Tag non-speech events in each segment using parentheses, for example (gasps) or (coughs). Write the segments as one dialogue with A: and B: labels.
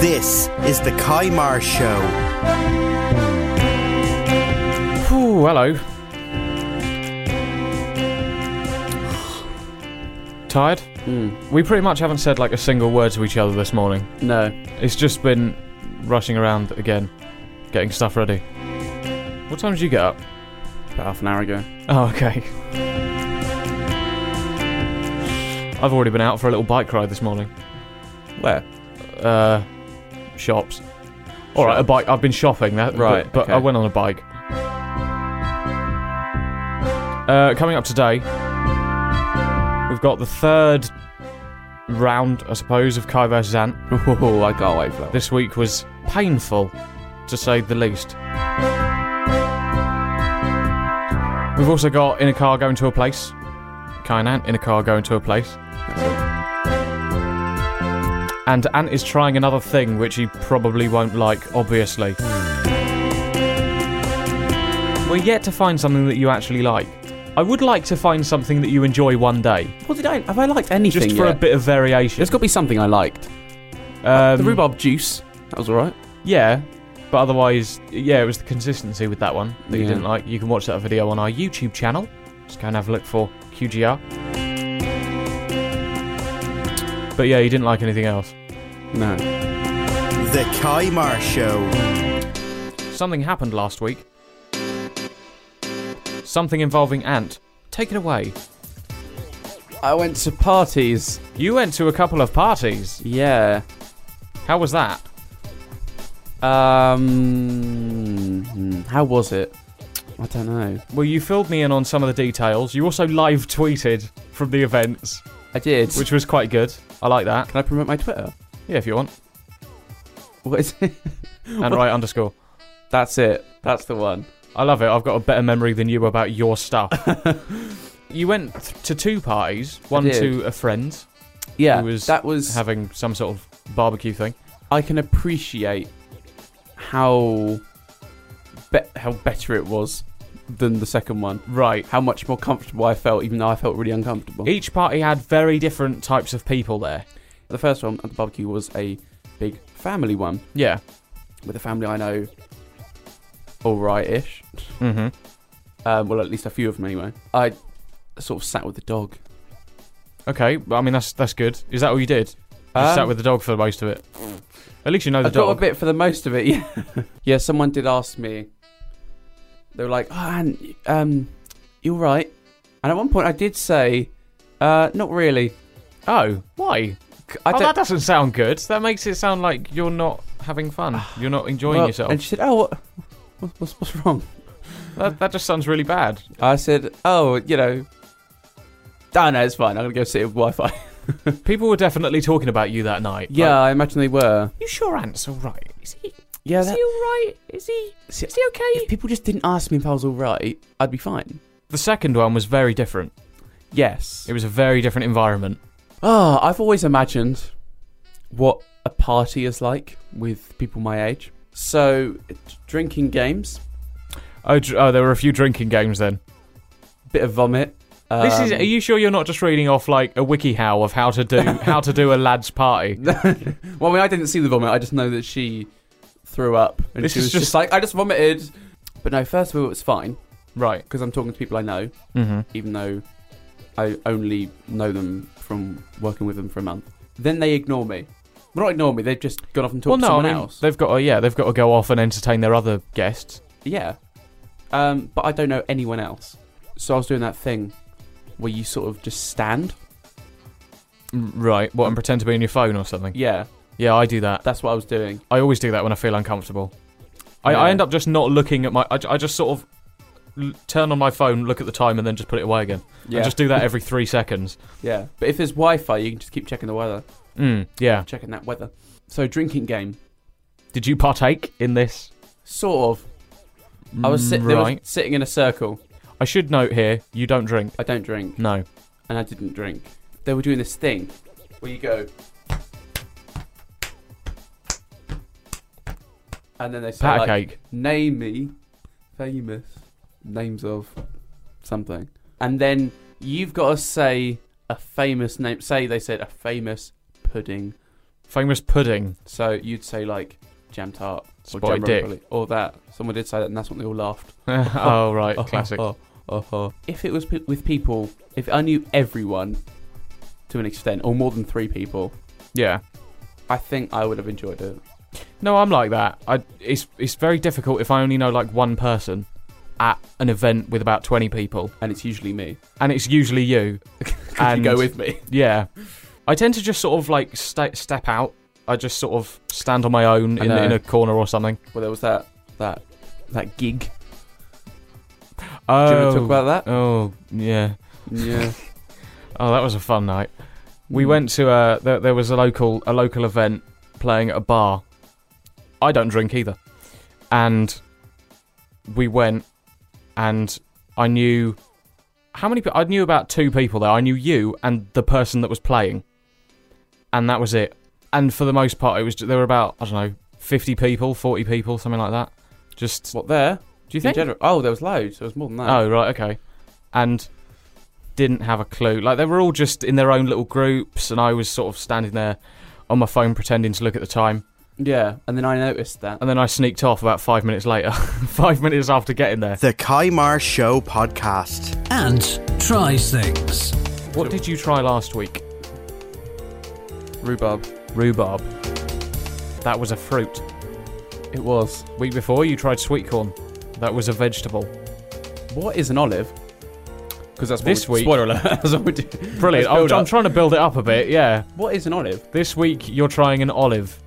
A: This is the Kaimar Show.
B: Ooh, hello. Tired?
C: Hmm.
B: We pretty much haven't said like a single word to each other this morning.
C: No.
B: It's just been rushing around again, getting stuff ready. What time did you get up?
C: About half an hour ago.
B: Oh, okay. (laughs) I've already been out for a little bike ride this morning.
C: Where?
B: Uh, shops. All right, a
C: Shops.
B: bike. I've been shopping. That but-
C: Right,
B: but, I
C: okay.
B: went on a bike. Uh, coming up today, we've got the third round, I suppose, of Kai vs Ant.
C: (laughs) Oh, I can't wait for that.
B: This week was painful, to say the least. We've also got in a car going to a place. Kai and Ant in a car going to a place. And Ant is trying another thing which he probably won't like, obviously. We're yet to find something that you actually like. I would like to find something that you enjoy one day,
C: What did I? Have I liked anything
B: just for
C: yet?
B: a bit of variation.
C: There's got to be something I liked.
B: um,
C: the rhubarb juice. That was all right.
B: Yeah, but otherwise, yeah, it was the consistency with that one that you
C: Yeah.
B: didn't like. You can watch that video on our YouTube channel. Just go and have a look for QGR. But yeah, you didn't like anything else.
C: No.
A: The Kaimar Show.
B: Something happened last week. Something involving Ant. Take it away.
C: I went to parties.
B: You went to a couple of parties.
C: Yeah.
B: How was that?
C: Um. hmm, How was it? I don't know.
B: Well, you filled me in on some of the details. You also live tweeted from the events,
C: I did.
B: which was quite good. I like that.
C: Can I promote my Twitter?
B: Yeah, if you want.
C: What is it?
B: And right underscore.
C: That's it. That's the one.
B: I love it. I've got a better memory than you about your
C: (laughs)
B: stuff. you went th- to two parties, one
C: did.
B: to a friend
C: Yeah.
B: It was
C: that was.
B: having some sort of barbecue thing.
C: I can appreciate how be- how better it was than the second one.
B: Right. E-
C: How much more comfortable I felt, even though I felt really uncomfortable.
B: Each party had very different types of people there.
C: The first one at the barbecue was a big family one
B: Yeah.
C: with a family I know, all right-ish.
B: Mm-hmm.
C: Um, well, at least a few of them anyway. I sort of sat with the dog.
B: Okay. Well, I mean, that's that's good. Is that all you did? Just sat
C: Um,
B: with the dog for most of it. At least you know the
C: I got
B: dog.
C: a bit for the most of it. (laughs) Yeah, yeah. Someone did ask me. They were like, "Oh, and um, you're right." And at one point, I did say, uh, "Not really."
B: Oh, why?
C: C- I
B: oh,
C: don't-
B: that doesn't sound good. That makes it sound like you're not having
C: (sighs)
B: fun. You're not enjoying
C: well,
B: yourself.
C: And she said, "Oh, what, what- what's what's wrong?"
B: That, that just sounds really bad.
C: I said, "Oh, you know." Oh, no, it's fine. I'm gonna go sit with Wi-Fi. (laughs)
B: People were definitely talking about you that night.
C: yeah,
B: Like,
C: I imagine they were.
B: you sure Ant's all right? Is he
C: Yeah, that,
B: all right? Is he?
C: See,
B: he okay?
C: if people just didn't ask me if I was all right, I'd be fine.
B: The second one was very different.
C: Yes.
B: It was a very different environment.
C: Ah, I've always imagined what a party is like with people my age. So, d- drinking games,
B: Oh, dr- oh there were a few drinking games then.
C: bit of vomit. Um,
B: this is. Are you sure you're not just reading off like a wiki how of how to
C: (laughs)
B: do how to do a lads party?
C: well, I mean, I didn't see the vomit. I just know that she threw up, and
B: This
C: she
B: is
C: was just...
B: just-
C: like, "I just vomited." But no, first of all, it was fine
B: Right.
C: because I'm talking to people I know,
B: Mm-hmm.
C: even though I only know them from working with them for a month. Then they ignore me. Well, not ignore me. They've just gone off and
B: Well,
C: talked to
B: no, I
C: someone
B: mean,
C: else.
B: they've got. To, yeah, they've got to go off and entertain their other guests.
C: Yeah. Um, but I don't know anyone else. So I was doing that thing where you sort of just stand. Mm.
B: M- Right. What and pretend to be on your phone or something.
C: Yeah,
B: Yeah, I do that.
C: that's what I was doing.
B: I always do that when I feel uncomfortable. I,
C: Yeah.
B: I end up just not looking at my. I, I just sort of l- turn on my phone, look at the time, and then just put it away again.
C: Yeah.
B: And just do that every three seconds.
C: (laughs) yeah. But if there's Wi Fi, you can just keep checking the weather.
B: Mm, yeah.
C: Checking that weather. So, drinking game.
B: Did you partake in this?
C: Sort of. I was, sit- there was
B: right.
C: sitting in a circle.
B: I should note here, you don't drink.
C: I don't drink,
B: No.
C: and I didn't drink. They were doing this thing where you go. and then they say
B: Pat
C: like,
B: cake.
C: name me famous names of something. And then you've got to say a famous name. Say they said a famous pudding.
B: Famous pudding.
C: So you'd say like jam tart or
B: Spotted
C: jam
B: dick.
C: ravioli, or that. Someone did say that, and that's what they all laughed.
B: (laughs) oh
C: (laughs)
B: right,
C: Oh,
B: classic.
C: oh, oh, oh. If it was pe- with people, if I knew everyone to an extent, or more than three people,
B: Yeah.
C: I think I would have enjoyed it.
B: No, I'm like that. I it's it's very difficult if I only know like one person at an event with about 20 people,
C: And it's usually me. (laughs)
B: and it's usually you.
C: Could you go with me? (laughs)
B: Yeah, I tend to just sort of like sta step out. I just sort of stand on my own
C: I
B: in,
C: know.
B: in a corner or something.
C: Well, there was that that that gig.
B: Oh,
C: Do you want to talk about that?
B: oh yeah.
C: (laughs) Yeah.
B: Oh, that was a fun night.
C: Hmm.
B: We went to uh, there, there was a local a local event playing at a bar. I don't drink either, and we went, and I knew how many. pe- I knew about two people there. I knew you and the person that was playing, and that was it. And for the most part, it was there were about I don't know fifty people, forty people, something like that. Just
C: What there?
B: do you
C: In
B: think?
C: general- oh, there was loads. There was more than that.
B: Oh right, okay. And didn't have a clue. Like they were all just in their own little groups, and I was sort of standing there on my phone pretending to look at the time.
C: yeah. And then I noticed that.
B: And then I sneaked off about five minutes later. (laughs) five minutes after getting there.
A: The Kaimar Show podcast.
D: Ant tries things.
B: What did you try last week?
C: Rhubarb.
B: Rhubarb. That was a fruit.
C: It was.
B: Week before you tried sweet corn. That was a vegetable.
C: What is an olive? Because that's what
B: This
C: we-
B: week-
C: Spoiler alert. (laughs) that's what we do.
B: Brilliant.
C: Let's build
B: I'm, I'm
C: up.
B: trying to build it up a bit. Yeah.
C: What is an olive?
B: This week you're trying an olive.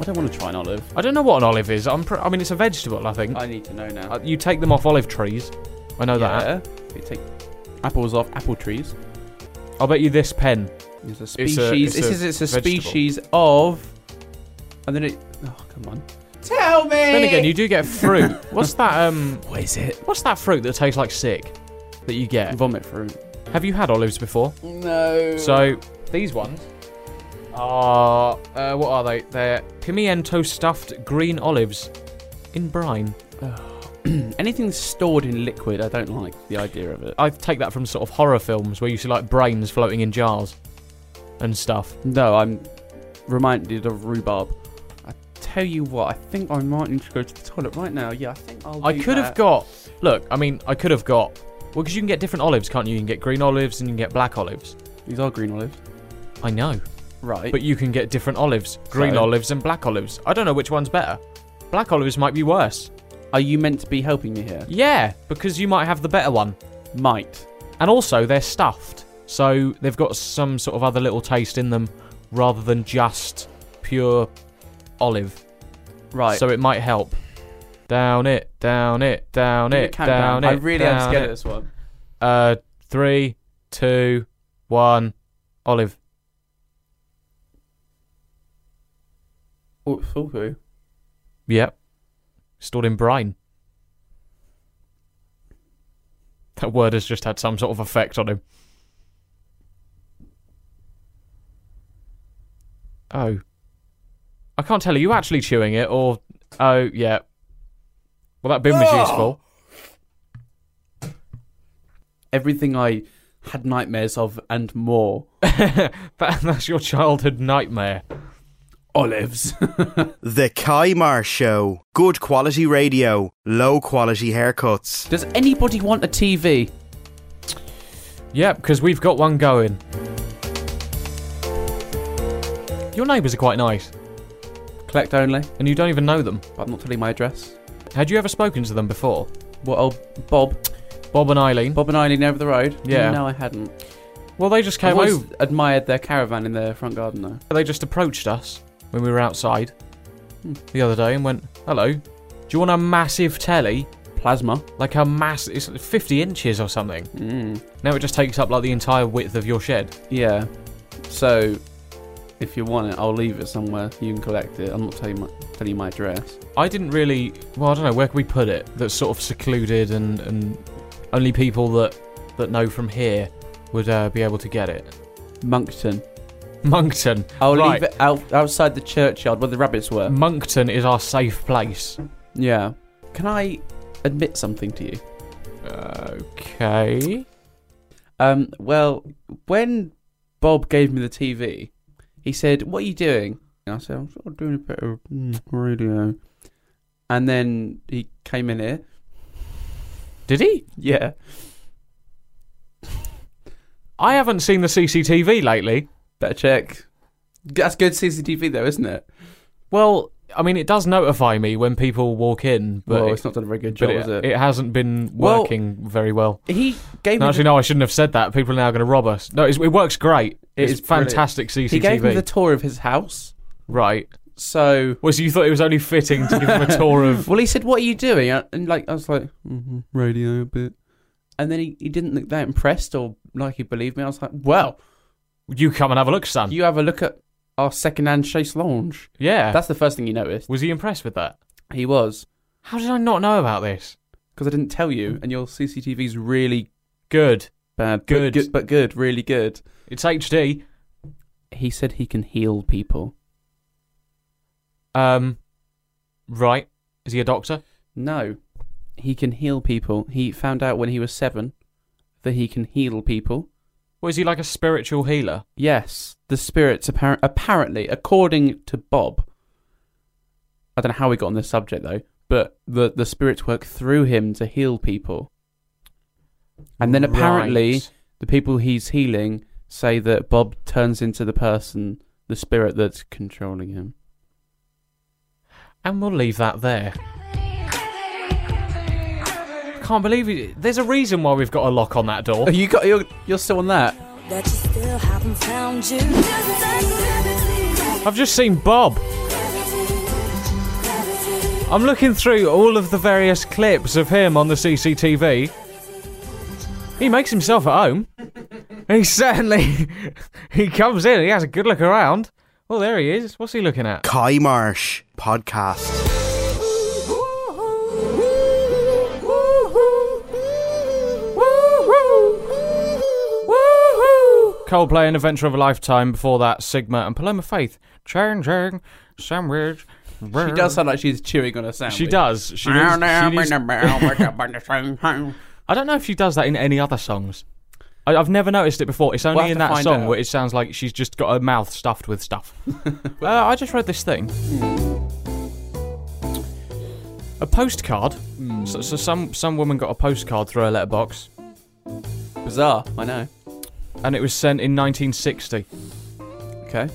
C: I don't want to try an olive.
B: I don't know what an olive is. I'm. Pr- I mean, it's a vegetable. I think.
C: I need to know now.
B: Uh, you take them off olive trees. I know that.
C: yeah. You take apples off apple trees.
B: I'll bet you this pen.
C: It's a
B: It's
C: species.
B: a- it's
C: this
B: a
C: is it's a
B: vegetable.
C: species of. And then it. Oh come on. Tell me.
B: Then again, you do get
C: (laughs)
B: fruit. what's that? Um,
C: What is it?
B: what's that fruit that tastes like sick? That you get?
C: Vomit fruit.
B: Have you had olives before?
C: No.
B: So these ones are uh, what are they? They're pimiento stuffed green olives in brine.
C: anything stored in liquid, I don't like the idea of it.
B: I take that from sort of horror films where you see like brains floating in jars and stuff.
C: No, I'm reminded of rhubarb. I tell you what, I think I might need to go to the toilet right now. Yeah, I think I'll.
B: I
C: do
B: could have
C: that.
B: got. Look, I mean, I could have got. Well, because you can get different olives, can't you? You can get green olives and you can get black olives.
C: These are green olives,
B: I know.
C: right?
B: But you can get different olives green
C: So?
B: olives and black olives. I don't know which one's better. Black olives might be worse.
C: are you meant to be helping me here?
B: Yeah, because you might have the better one.
C: Might.
B: And also, they're stuffed. So they've got some sort of other little taste in them rather than just pure olive.
C: Right.
B: So it might help. Down it, down it, down
C: Give me a
B: it,
C: countdown.
B: down it.
C: I really am
B: down
C: scared
B: it.
C: of this one.
B: Uh, three, two, one, olive.
C: Oh, it's awful.
B: Yep. Stored in brine. That word has just had some sort of effect on him. Oh. I can't tell. Are you actually chewing it or. Oh, yeah. Well, that bin was useful. (laughs)
C: Everything I had nightmares of and (laughs) more.
B: That, that's your childhood nightmare.
C: Olives.
A: The Kaimar Show. Good quality radio, low quality haircuts.
C: (laughs) Does anybody want a TV?
B: Yep, because we've got one going. Your neighbours are quite nice,
C: Collect only.
B: and you don't even know them.
C: But I'm not telling my address.
B: Had you ever spoken to them before?
C: What? Oh, Bob.
B: Bob and Eileen.
C: Bob and Eileen over the road.
B: Yeah.
C: No, I hadn't.
B: Well, they just
C: I've
B: came
C: always
B: over.
C: admired their caravan in their front garden, though.
B: They just approached us when we were outside
C: Hmm.
B: the other day and went, "Hello, do you want a massive telly?
C: Plasma.
B: Like a mass? It's 50 inches or something.
C: Mm.
B: Now it just takes up like the entire width of your shed."
C: Yeah. So, if you want it, I'll leave it somewhere. You can collect it. I'm not telling my telling you my address.
B: I didn't really. Well, I don't know where could we put it that's sort of secluded and and only people that that know from here would uh, be able to get it.
C: Moncton.
B: Moncton.
C: I'll
B: Right.
C: leave it out, outside the churchyard where the rabbits were.
B: Moncton is our safe place.
C: Yeah. Can I admit something to you?
B: Okay.
C: Um, well, when Bob gave me the TV, he said, "What are you doing?" And I said, "I'm sort of doing a bit of mm, radio." And then he came in here. (laughs)
B: Did he?
C: Yeah.
B: I haven't seen the CCTV lately.
C: Better check. That's good CCTV though, isn't it?
B: Well, I mean, it does notify me when people walk in, but,
C: well,
B: it,
C: it's not done a very good
B: but
C: job,
B: it-
C: is it?
B: it hasn't been
C: Well-
B: working very well.
C: he gave
B: No,
C: me
B: actually, no, I shouldn't have said that. People are now going to rob us. No, it's, it works great.
C: It
B: It's
C: is brilliant.
B: fantastic
C: the,
B: CCTV.
C: he gave me the tour of his house.
B: right.
C: So
B: Was you thought it was only fitting to give him a tour of. (laughs)
C: Well, he said, "What are you doing?" And, and, like, I was like, mm "Radio a bit," and then he, he didn't look that impressed or like he believed me. I was like, "Well,
B: You come and have a look, son.
C: (laughs) you have a look at our second-hand chaise lounge."
B: yeah.
C: That's the first thing he noticed.
B: Was he impressed with that?
C: He was
B: How did I not know about this?
C: because I didn't tell you, and your CCTV's really
B: Good.
C: bad, but
B: Good.
C: good, but good, really good.
B: It's HD.
C: He said he can heal people.
B: Um, right. Is he a doctor?
C: No, he can heal people. He found out when he was seven that he can heal people.
B: Or is he like a spiritual healer?
C: Yes, the spirits appar- apparently, according to Bob. I don't know how we got on this subject though, but the the spirits work through him to heal people. And then apparently,
B: Right.
C: the people he's healing say that Bob turns into the person, the spirit that's controlling him.
B: And we'll leave that there. I can't believe it. There's a reason why we've got a lock on that door.
C: you got you're, you're still on that.
E: that you still haven't found you.
B: I've just seen Bob. I'm looking through all of the various clips of him on the CCTV. He makes himself at home. He certainly (laughs) he comes in, he has a good look around. Well, there he is. What's he looking at?
A: Kai Marsh Podcast.
B: Coldplay, an adventure of a lifetime. Before that, Sigma and Paloma Faith. Changing sandwich.
C: She does sound like she's chewing on a sandwich.
B: She does. She needs, she needs- (laughs) I don't know if she does that in any other songs. I, I've never noticed it before. It's only
C: have
B: in
C: to
B: that
C: find
B: song
C: out.
B: where it sounds like she's just got her mouth stuffed with
C: (laughs)
B: stuff. uh, I just read this thing. A postcard.
C: Hmm.
B: So, so some some woman got a postcard through her letterbox,
C: Bizarre, I know.
B: and it was sent in 1960.
C: Okay.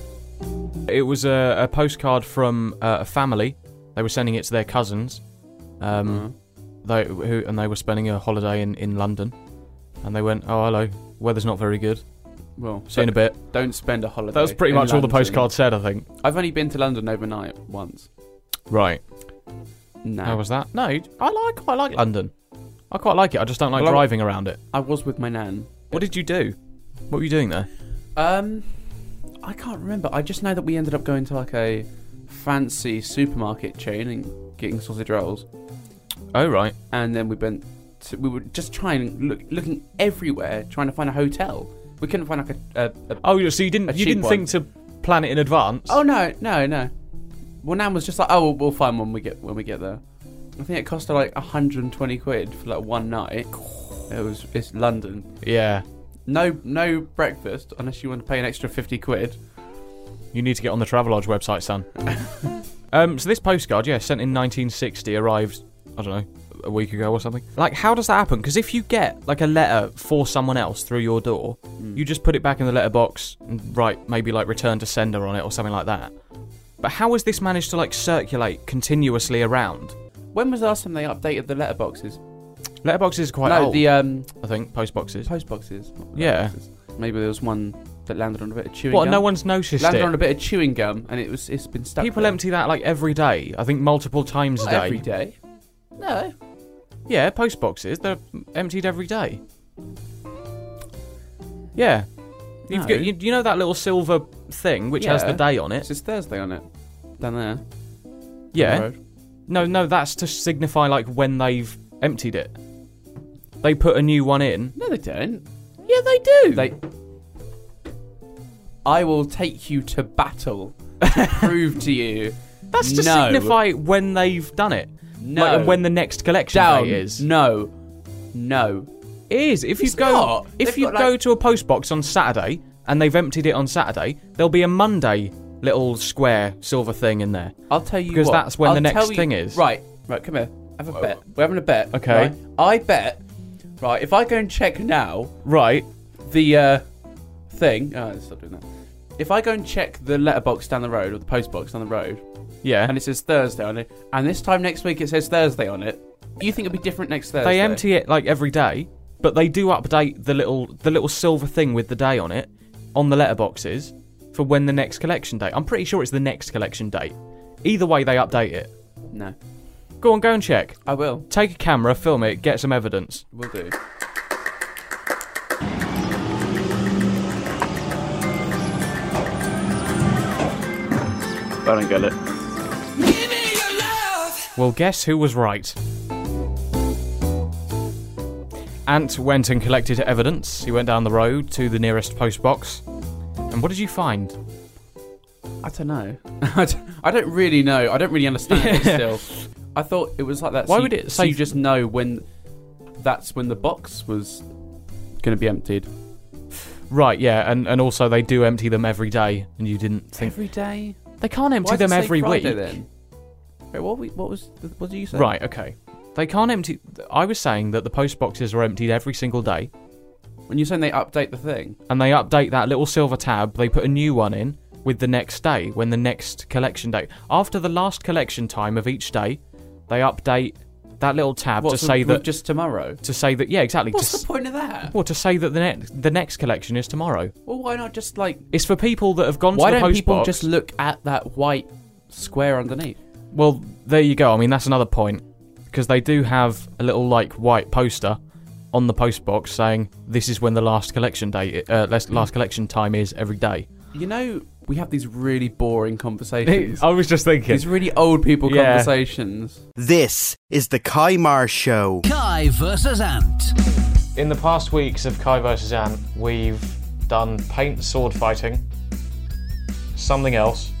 B: It was a, a postcard from uh, a family. They were sending it to their cousins,
C: Uh-huh. Mm-hmm.
B: um, they, who, and they were spending a holiday in, in London. And they went, "Oh, hello. Weather's not very good.
C: Well,
B: See you in a bit."
C: Don't spend a holiday.
B: That was pretty
C: in
B: much all the
C: London.
B: postcard said, I think.
C: I've only been to London overnight once.
B: Right.
C: No,
B: How was that? No, I like quite like London. I quite like it. I just don't like
C: Well, I-
B: driving around it.
C: I was with my nan.
B: What did you do? What were you doing there?
C: Um, I can't remember. I just know that we ended up going to like a fancy supermarket chain and getting sausage rolls,
B: Oh right.
C: and then we went. To, we were just trying, look, looking everywhere, trying to find a hotel. We couldn't find like a. a, a
B: Oh, you- so you
C: A
B: didn't you
C: cheap
B: didn't
C: one.
B: think to plan it in advance?
C: oh no, no, no. Well, nan was just like, oh, we'll, we'll find when we get when we get there. I think it cost her like 120 quid for like one night. It was it's London.
B: Yeah.
C: No, no breakfast unless you want to pay an extra fifty quid.
B: You need to get on the Travelodge website,
C: (laughs)
B: son. um, so this postcard, yeah, sent in 1960, arrived. I don't know. A week ago or something. Like, how does that happen? Because if you get like a letter for someone else through your door,
C: Hmm.
B: you just put it back in the letterbox and write maybe like return to sender on it or something like that. But how has this managed to like circulate continuously around?
C: When was the last time they updated the letterboxes?
B: Letterboxes is quite
C: no,
B: old.
C: the um,
B: I think postboxes.
C: postboxes. not
B: Yeah.
C: letterboxes. Maybe there was one that landed on a bit of chewing
B: What?
C: gum.
B: No one's noticed
C: landed
B: it.
C: on a bit of chewing gum, and it was it's been stuck.
B: People
C: there.
B: empty that like every day. I think multiple times
C: Not
B: a day.
C: every day. No.
B: Yeah, post boxes. They're emptied every day. Yeah. You've
C: No.
B: got, you, you know that little silver thing which has the
C: Yeah.
B: day on
C: It's
B: it?
C: just Thursday on it. Down there.
B: Yeah.
C: On the road.
B: No, no, that's to signify like when they've emptied it. They put a new one in.
C: No, they don't.
B: Yeah, they do.
C: They. I will take you to battle
B: (laughs)
C: to prove to you.
B: That's to
C: No.
B: signify when they've done it.
C: No.
B: Like, and when the next collection
C: down
B: date is.
C: No, no.
B: It is. If you
C: It's
B: go
C: not.
B: if
C: They've
B: you
C: got,
B: go
C: like-
B: to a post box on Saturday and they've emptied it on Saturday, there'll be a Monday little square silver thing in there.
C: I'll tell you
B: Because
C: what.
B: that's when the
C: I'll
B: next
C: tell you-
B: thing is.
C: Right, right. Come here. Have a bet. We're having a bet.
B: Okay.
C: right? I bet. Right. If I go and check now
B: Right.
C: the uh, thing. Oh, stop doing that. If I go and check the letterbox down the road or the postbox down the road,
B: Yeah.
C: and it says Thursday on it, and this time next week it says Thursday on it, you think it'll be different next Thursday?
B: they empty it like every day, but they do update the little the little silver thing with the day on it on the letterboxes for when the next collection date. I'm pretty sure it's the next collection date. Either way, they update it.
C: No,
B: Go on, go and check.
C: I will.
B: Take a camera, film it, get some evidence.
C: Will do.
F: I don't get it.
B: Well, guess who was right? Ant went and collected evidence. He went down the road to the nearest post box. And what did you find?
C: I don't know. (laughs) I don't- I don't really know. I don't really understand it still. I thought it was like that.
B: Why
C: so
B: would
C: you,
B: it
C: So
B: say-
C: you just know when that's when the box was going to be emptied.
B: Right, yeah, and, and also they do empty them every day, and you didn't think.
C: Every day.
B: They can't empty
C: Why does
B: them
C: it say
B: every
C: Friday
B: week.
C: Then? Wait, what, we, what was? What did you say?
B: Right, okay. They can't empty. I was saying that the post boxes are emptied every single day,
C: When you're saying they update the thing,
B: and they update that little silver tab. They put a new one in with the next day when the next collection date. After the last collection time of each day, they update that little tab
C: What,
B: to
C: so
B: say
C: we've
B: that.
C: just tomorrow.
B: to say that, yeah, exactly. to
C: What's
B: s-
C: the point of that?
B: well, to say that the next the next collection is tomorrow.
C: Well, why not just like?
B: It's for people that have gone
C: Why
B: to the
C: don't
B: post
C: people
B: box.
C: just look at that white square underneath?
B: Well, there you go. I mean, that's another point because they do have a little like white poster on the post box saying this is when the last collection date, uh, last, last collection time is every (laughs) day.
C: You know, we have these really boring (laughs) conversations.
B: was just thinking.
C: These really old people
B: Yeah.
C: conversations.
A: This is the Kaimar Show.
D: Kai versus Ant.
B: In the past weeks of Kai vs Ant, we've done paint sword fighting, something else,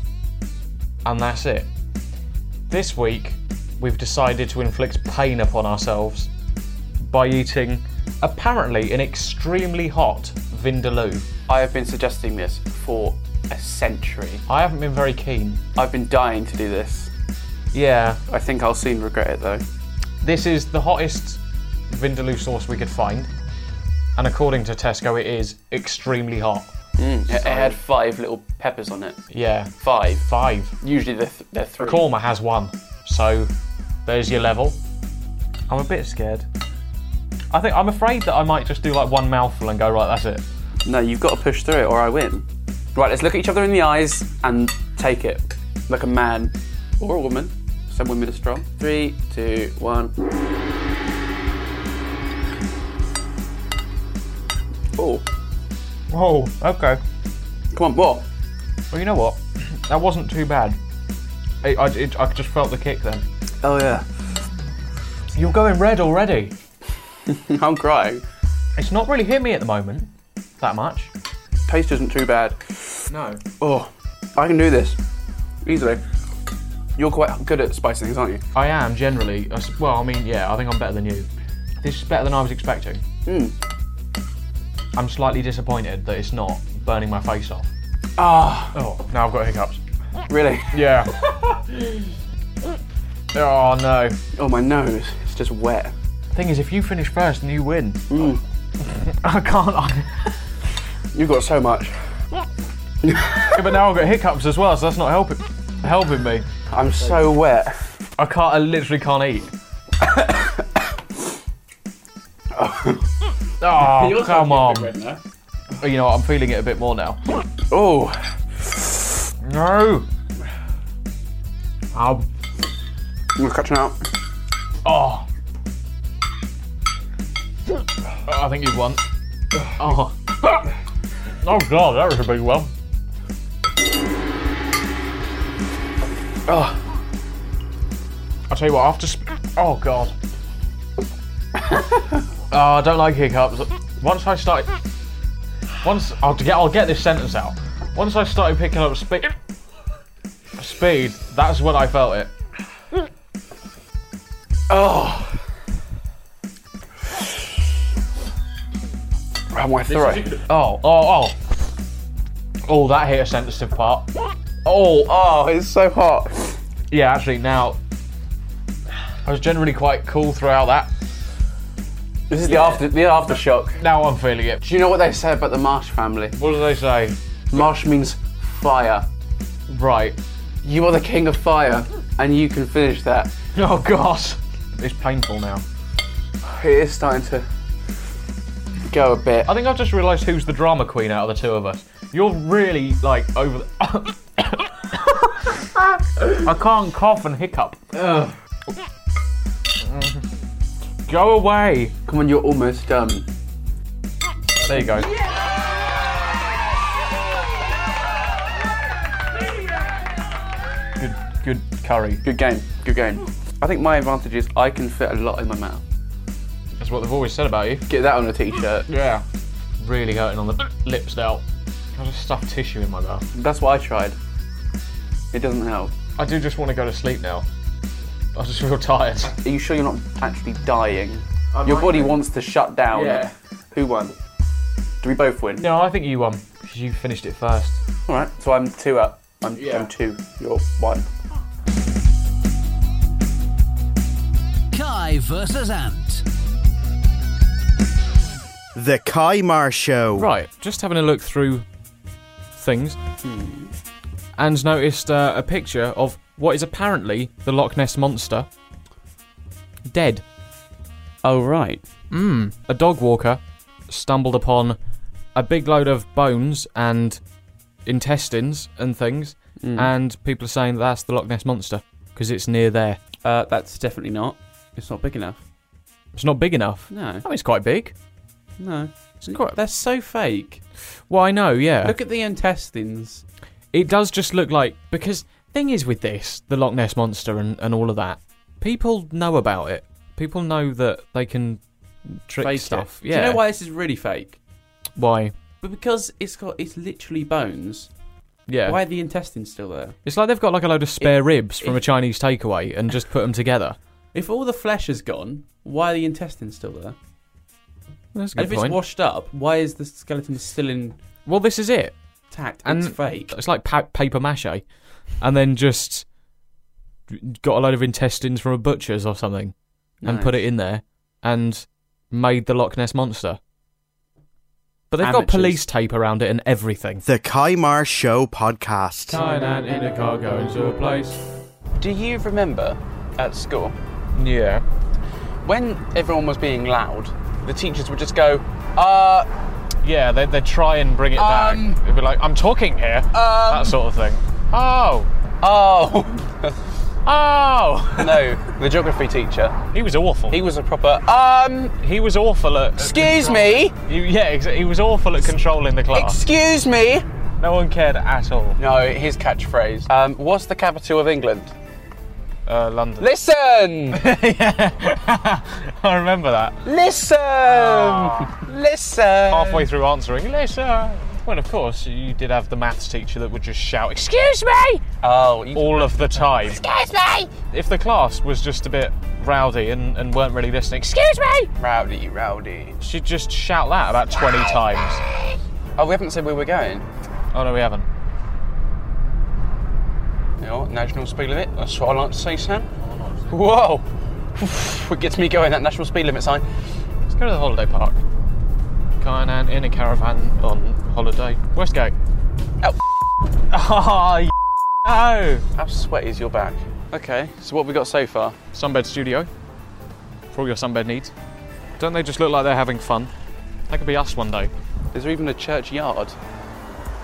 B: and that's it. This week, we've decided to inflict pain upon ourselves by eating apparently an extremely hot Vindaloo.
G: I have been suggesting this for a century.
B: I haven't been very keen.
G: I've been dying to do this.
B: Yeah,
G: I think I'll soon regret it though.
C: Hmm,
B: this is the hottest Vindaloo sauce we could find, and according to Tesco, it is extremely hot.
G: It, it had five little peppers on it.
B: Yeah,
G: Five.
B: five.
G: Usually they're, th- they're three.
B: Korma has one, so there's your level. I'm a bit scared. I think I'm afraid that I might just do like one mouthful and go right. That's it.
G: No, you've got to push through it or I win. Right, let's look at each other in the eyes and take it like a man or a woman. Some women are strong. Three, two, one. Oh,
B: Oh, okay.
G: come on, more.
B: Well, you know what? (clears throat) That wasn't too bad. I, I, it, I just felt the kick then.
G: Oh yeah.
B: You're going red already.
G: (laughs) I'm crying.
B: It's not really hit me at the moment that much.
G: Taste isn't too bad.
B: No.
G: Oh, I can do this easily. You're quite good at spicing things, aren't you?
B: I am generally. I s- Well, I mean, yeah, I think I'm better than you. This is better than I was expecting. I'm slightly disappointed that it's not burning my face off.
G: Ah,
B: Oh, now I've got hiccups.
G: really?
B: Yeah. oh no.
G: Oh, my nose. It's just wet.
B: Thing is, if you finish first, then you win. (laughs) I can't. I,
G: You've got so much.
B: Yeah, but now I've got hiccups as well, so that's not helping. Helping me.
G: I'm so wet.
B: I can't. I literally can't eat. oh come on. You know, what, I'm feeling it a bit more now.
G: Oh,
B: No. Oh.
G: I'm catching out.
B: Oh. I think you've won. Oh. Oh god, that was a big one. Oh. I'll tell you what, after. Sp- oh (laughs) god. oh, I don't like hiccups. Once I start. Once. I'll get, I'll get this sentence out. Once I started picking up speed, speed, that's when I felt it.
C: Oh. Round my throat.
B: Oh, oh, oh. Oh, that hit a sensitive part. Oh,
C: Oh, it's so hot.
B: yeah, actually, now. I was generally quite cool throughout that.
C: This is the after the aftershock.
B: Now I'm feeling it.
C: Do you know what they say about the Marsh family?
B: What do they say?
C: Marsh means fire.
B: Right. (laughs)
C: You are the king of fire, and you can finish that.
B: Oh, gosh. It's painful now.
C: It is starting to go a bit.
B: I think I've just realised who's the drama queen out of the two of us. You're really, like, over the. (coughs) I can't cough and hiccup. Go away.
C: Come on, you're almost done.
B: There you go. Good, good curry.
C: Good game. Good game. I think my advantage is I can fit a lot in my mouth.
B: That's what they've always said about you.
C: Get that on a t-shirt.
B: Yeah. Really hurting on the lips now. I just stuffed tissue in my mouth.
C: That's what I tried. It doesn't help.
B: I do just want to go to sleep now. I just feel tired.
C: Are you sure you're not actually dying? Your body wants to shut down.
B: Yeah.
C: Who won? Do we both win?
B: No, I think you won because you finished it first.
C: All right. So I'm two up. I'm,
B: Yeah.
C: I'm two. You're one.
D: Kai versus Ant.
A: The Kaimar Show.
B: Right, just having a look through things Hmm. and noticed uh, a picture of what is apparently the Loch Ness monster dead.
F: Oh, right.
B: Mm. A dog walker stumbled upon a big load of bones and intestines and things,
F: Mm.
B: and people are saying that's the Loch Ness monster because it's near there.
F: Uh, that's definitely not. It's not big enough.
B: It's not big enough.
F: No,
B: Oh, it's quite big.
F: no.
B: It's quite.
F: They're so fake.
B: Well, I know. Yeah.
F: Look at the intestines.
B: it does just look like because thing is with this the loch ness monster and, and all of that people know about it people know that they can trick
F: Fake
B: stuff
F: it.
B: yeah
F: Do you know why this is really fake?
B: why
F: But because it's got it's literally bones.
B: yeah
F: Why are the intestines still there?
B: it's like they've got like a load of spare ribs from
F: it-
B: a chinese takeaway and just put them together
F: If all the flesh is gone, why are the intestines still there?
B: that's a
F: and
B: good
F: if
B: point
F: it's washed up, why is the skeleton still intact?
B: well this is it
F: And
B: And-
F: it's fake.
B: it's like pa- paper mache and then just got a load of intestines from a butcher's or something and put it in there and made the loch ness monster but they've got
F: Amateurs.
B: police tape around it and everything
A: The Kaimar Show podcast.
B: Thailand in a car going to a place.
C: Do you remember at school
B: Yeah.
C: when everyone was being loud? The teachers would just go, uh,
B: Yeah, they, they try and bring it
C: Um,
B: back. It'd be like, I'm talking here. that sort of thing. Oh,
C: oh. (laughs)
B: oh. (laughs)
C: no, the geography teacher.
B: he was awful.
C: He
B: He,
C: was a proper, um,
B: was awful at.
C: excuse me,
B: He, yeah, ex- he was awful at controlling the class.
C: excuse me.
B: no one cared at all.
C: No, his catchphrase. Um, what's the capital of England?
B: Uh, London. (laughs)
F: (laughs)
C: Listen!
B: I remember that.
C: Listen!
F: Ah.
C: Listen!
B: Halfway through answering, listen. Well, of course, you did have the maths teacher that would just shout, Excuse me!
C: Oh, you
B: all of the time.
C: Excuse me!
B: If the class was just a bit rowdy and, and weren't really listening, Excuse me!
C: Rowdy, rowdy.
B: She'd just shout that about 20 times.
C: Oh, we haven't said where we're going.
B: Oh no, we haven't.
C: You know what? National speed limit. That's what I like to see, Sam. Whoa! What gets me going, that national speed limit sign.
B: Let's go to the holiday park. Kainan in a caravan on holiday. Westgate.
C: Oh,
B: Ah, oh, (laughs) no!
C: How sweaty is your back? Okay, so what have we got so far?
B: Sunbed studio. For all your sunbed needs. Don't they just look like they're having fun? That could be us one day.
C: Is there even a churchyard?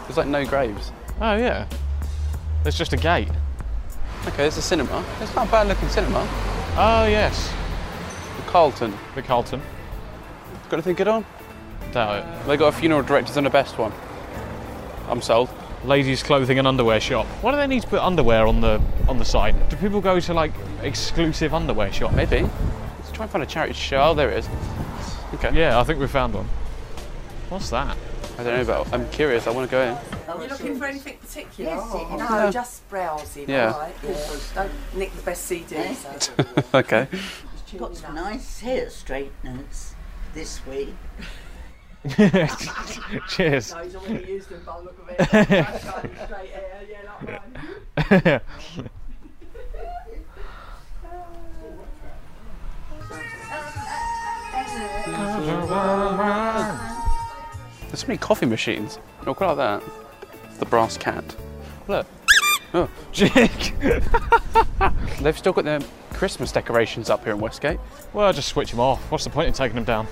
C: There's like no graves.
B: Oh, yeah. There's just a gate.
C: Okay, there's a cinema. It's not a bad looking cinema.
B: Oh, yes.
C: The Carlton.
B: The Carlton.
C: Got anything good on?
B: Doubt it.
C: They got a funeral director's and a best one. I'm sold.
B: ladies' clothing and underwear shop. Why do they need to put underwear on the on the sign? Do people go to like exclusive underwear shop?
C: Maybe. Let's try and find a charity show. Oh, there it is. Okay.
B: Yeah, I think we found one. What's that?
C: I don't know, but I'm curious. I want to go in.
D: Are you looking for anything particular? Oh,
H: No,
C: Yeah.
H: just browsing.
C: Yeah.
H: Right? yeah. Don't nick the best CDs. so.
C: Okay.
H: Tune
D: Got
H: it
D: some
H: up.
D: nice hair straighteners this week.
B: Cheers.
H: No, he's already used them by the look of it. Nice guy, straight hair, yeah, like mine.
C: There's so many coffee machines. Oh, Look quite like that. The brass cat. Look. Oh.
B: Jake.
C: They've still got their Christmas decorations up here in Westgate.
B: (laughs) Well, I'll just switch them off. What's the point in taking them down?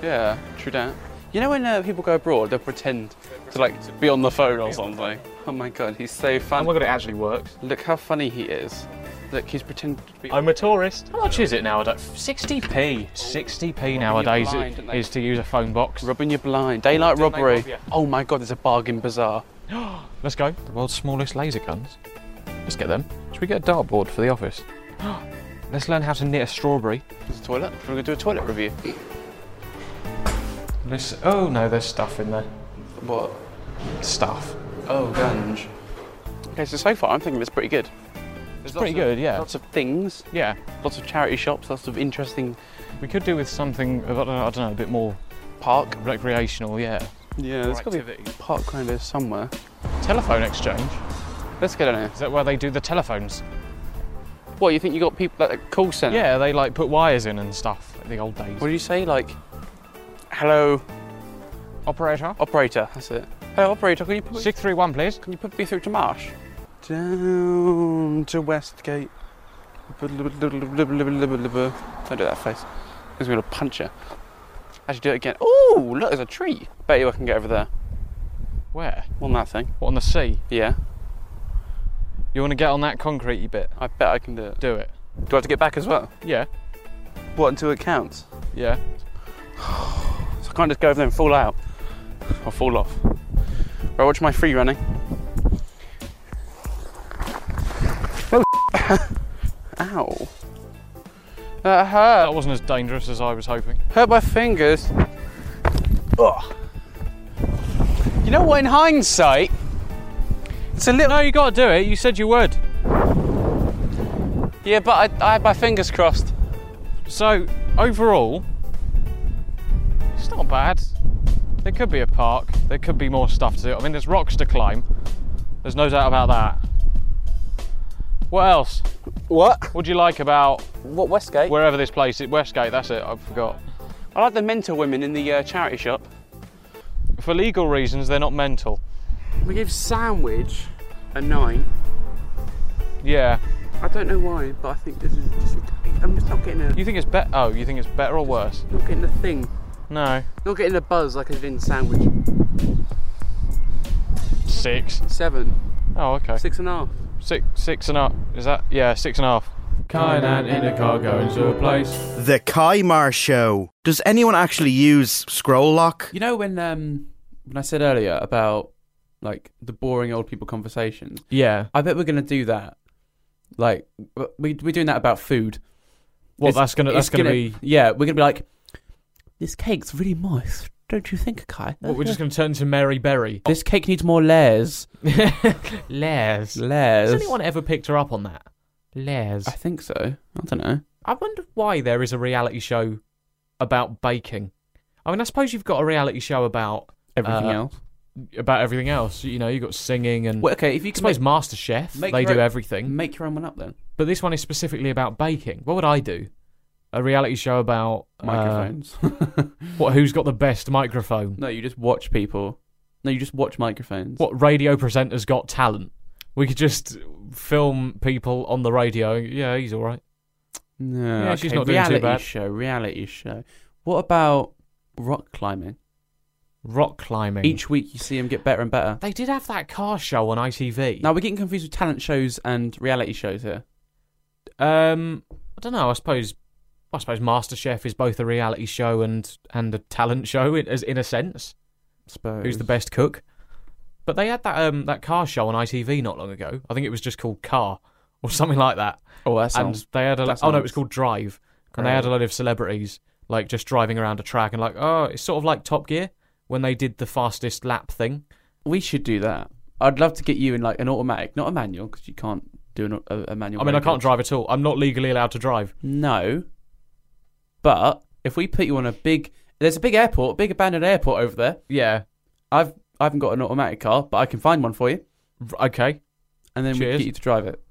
C: Yeah, true that. You know when uh, people go abroad, they'll pretend to like be on the phone or something. Oh my god, he's so
B: Oh
C: fun.
B: my god, it actually works.
C: Look how funny he is. Look, he's pretending to be.
B: I'm a tourist. How much is it nowadays? 60p. 60p nowadays
C: blind, aren't they?
B: is to use a phone box.
C: Robbing you blind. Daylight
B: Daylight
C: robbery.
B: robbery.
C: Oh my god, there's a bargain bazaar.
B: Let's go. The world's smallest laser guns. Let's get them. Should we get a dartboard for the office? (gasps) Let's learn how to knit a strawberry.
C: There's a toilet. We're gonna do a toilet review.
B: Let's. Oh no, there's stuff in there.
C: What?
B: Stuff.
C: Oh, gunge. Okay, so so far I'm thinking it's pretty good.
B: It's pretty good, yeah.
C: Lots of things,
B: Yeah.
C: lots of charity shops, lots of interesting
B: We could do with something, I don't know, I don't know a bit more
C: park.
B: recreational, yeah.
C: Yeah, there's got to be a
B: activities.
C: park kind of somewhere.
B: Telephone exchange?
C: Let's get on here.
B: Is that where they do the telephones?
C: What, you think you got people at the call centre?
B: Yeah, they like put wires in and stuff, like the old days.
C: What do you say? Like, hello,
B: Operator?
C: operator. That's it. Hello, operator. Can you put me,
B: 631, please.
C: can you put me through to Marsh? Down to Westgate. Don't do that face. Because we're gonna punch you. Actually, do it again. Oh, look, there's a tree. Bet you I can get over there.
B: Where?
C: On that thing.
B: What, on the sea?
C: Yeah,
B: You want to get on that concretey bit?
C: I bet I can do it.
B: Do it.
C: Do I have to get back as well?
B: Yeah,
C: What until it counts?
B: yeah.
C: (sighs) So I can't just go over there and fall out. I'll fall off. Right, watch my free running. Oh, (laughs) Ow. That
B: That
C: hurt.
B: wasn't as dangerous as I was hoping.
C: Hurt my fingers. Ugh. You know what, in hindsight, it's a little.
B: No, you gotta do it. You said you would.
C: Yeah, but I, I had my fingers crossed.
B: So, overall, it's not bad. There could be a park, there could be more stuff to do. I mean, there's rocks to climb. There's no doubt about that. What else?
C: What?
B: What do you like about
C: What, Westgate?
B: wherever this place is? Westgate, that's it, I forgot.
C: I like the mentor women in the uh, charity shop.
B: For legal reasons, they're not mental.
C: We gave Sandwich a nine.
B: Yeah.
C: I don't know why, but I think this is just. I'm just not getting a.
B: You think it's better? Oh, you think it's better or worse?
C: Not getting the thing.
B: No.
C: Not getting the buzz like I did in Sandwich.
B: Six.
C: Seven.
B: Oh, okay.
C: Six and a half.
B: Six, six and a Is that? Yeah, six and a half.
F: Kainan in a car going to a place.
A: The Kaimar Show. Does anyone actually use scroll lock?
F: You know when um when I said earlier about like the boring old people conversations.
B: Yeah.
F: I bet we're gonna do that. Like w- we we're doing that about food.
B: Well,
F: It's-
B: that's gonna that's
F: it's
B: gonna, be.
F: yeah. We're gonna be like, this cake's really nice, don't you think, Kai?
B: What, we're just gonna turn to Mary Berry.
F: This cake needs more layers.
B: (laughs) Layers.
F: Layers.
B: Has anyone ever picked her up on that? Layers.
F: I think so. I don't know.
B: I wonder why there is a reality show about baking. I mean, I suppose you've got a reality show about
F: Everything
B: Uh,
F: else.
B: about everything else. You know, you've got singing and
F: Well, okay, if you
B: I
F: can
B: suppose Master Chef.
F: make
B: They do
F: your own-
B: everything,
F: make your own one up then.
B: but this one is specifically about baking. What would I do? A reality show about uh,
F: Microphones.
B: what? Who's got the best microphone?
F: Uh, (laughs) no, you just watch people. No, you just watch microphones.
B: What radio presenters got talent? We could just film people on the radio. Yeah, he's all right.
F: No,
B: Yeah, she's
F: okay,
B: not doing too
F: reality
B: bad.
F: show. Reality show. What about rock climbing?
B: Rock climbing.
F: Each week you see them get better and better.
B: They did have that car show on ITV.
F: Now we're getting confused with talent shows and reality shows here.
B: um, I don't know. I suppose, I suppose MasterChef is both a reality show and and a talent show in, as in a sense.
F: Suppose.
B: Who's the best cook? But they had that um that car show on ITV not long ago. I think it was just called Car or (laughs) something like that.
F: Oh, that
B: and
F: sounds.
B: they had a
F: that
B: oh no, it was
F: sounds
B: called Drive, and they had
F: great.
B: a lot of celebrities like just driving around a track and like oh, it's sort of like Top Gear when they did the fastest lap thing.
C: We should do that. I'd love to get you in like an automatic, not a manual, because you can't do an, a, a manual.
B: I mean, I can't
C: regular.
B: drive at all. I'm not legally allowed to drive.
C: No, but if we put you on a big, there's a big airport, big abandoned airport over there.
B: Yeah.
C: I've I haven't got an automatic car, but I can find one for you,
B: R- Okay.
C: and then we
B: Cheers.
C: get you to drive it.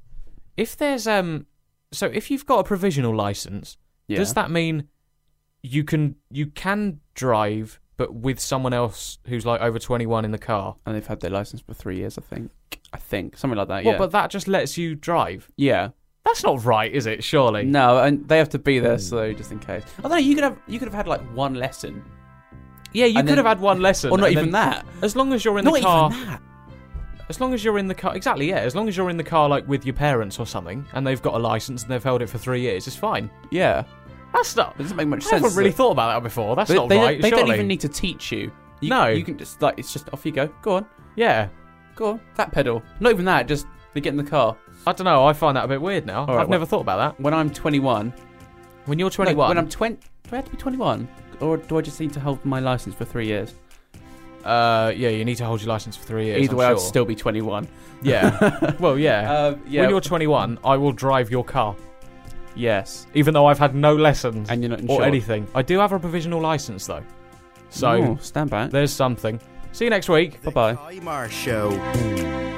B: If there's um, so if you've got a provisional license,
C: Yeah.
B: does that mean you can you can drive but with someone else who's like over 21 in the car?
C: and they've had their license for three years, I think. I think something like that.
B: Well,
C: yeah.
B: but that just lets you drive.
C: yeah.
B: That's not right, is it? Surely.
C: No, and they have to be there, so just in case. I don't know. You could have you could have had like one lesson,
B: Yeah, you
C: And
B: could
C: then-
B: have had one lesson,
C: or not
B: and
C: even
B: then-
C: that.
B: As long as you're in
C: Not
B: the car,
C: even that.
B: as long as you're in the car, exactly. Yeah, as long as you're in the car, like with your parents or something, and they've got a license and they've held it for three years, it's fine.
C: Yeah,
B: That's not.
C: it doesn't make much
B: I
C: sense.
B: haven't really
C: does it?
B: thought about that before. That's
C: They-
B: not
C: they, don't-
B: right.
C: They
B: surely.
C: don't even need to teach you. you.
B: No.
C: you can just like it's just off you go. Go on,
B: Yeah,
C: go on. That pedal. Not even that. Just they get in the car.
B: I don't know. I find that a bit weird now.
C: All right,
B: I've never thought about
C: When I'm 21,
B: that. When you're
C: No,
B: 21,
C: when I'm 20, do I have to be 21, or do I just need to hold my license for three years?
B: uh, yeah, you need to hold your license for three years.
C: Either
B: I'm
C: way, I'd
B: sure.
C: still be 21. (laughs)
B: Yeah. well, yeah.
C: Um, yeah.
B: When you're 21, I will drive your car,
C: yes,
B: even though I've had no lessons
C: and you're not
B: or
C: insured.
B: anything. I do have a provisional license though, so
C: Ooh, stand back.
B: there's something. See you next week.
C: Bye bye.
A: Kymar Show.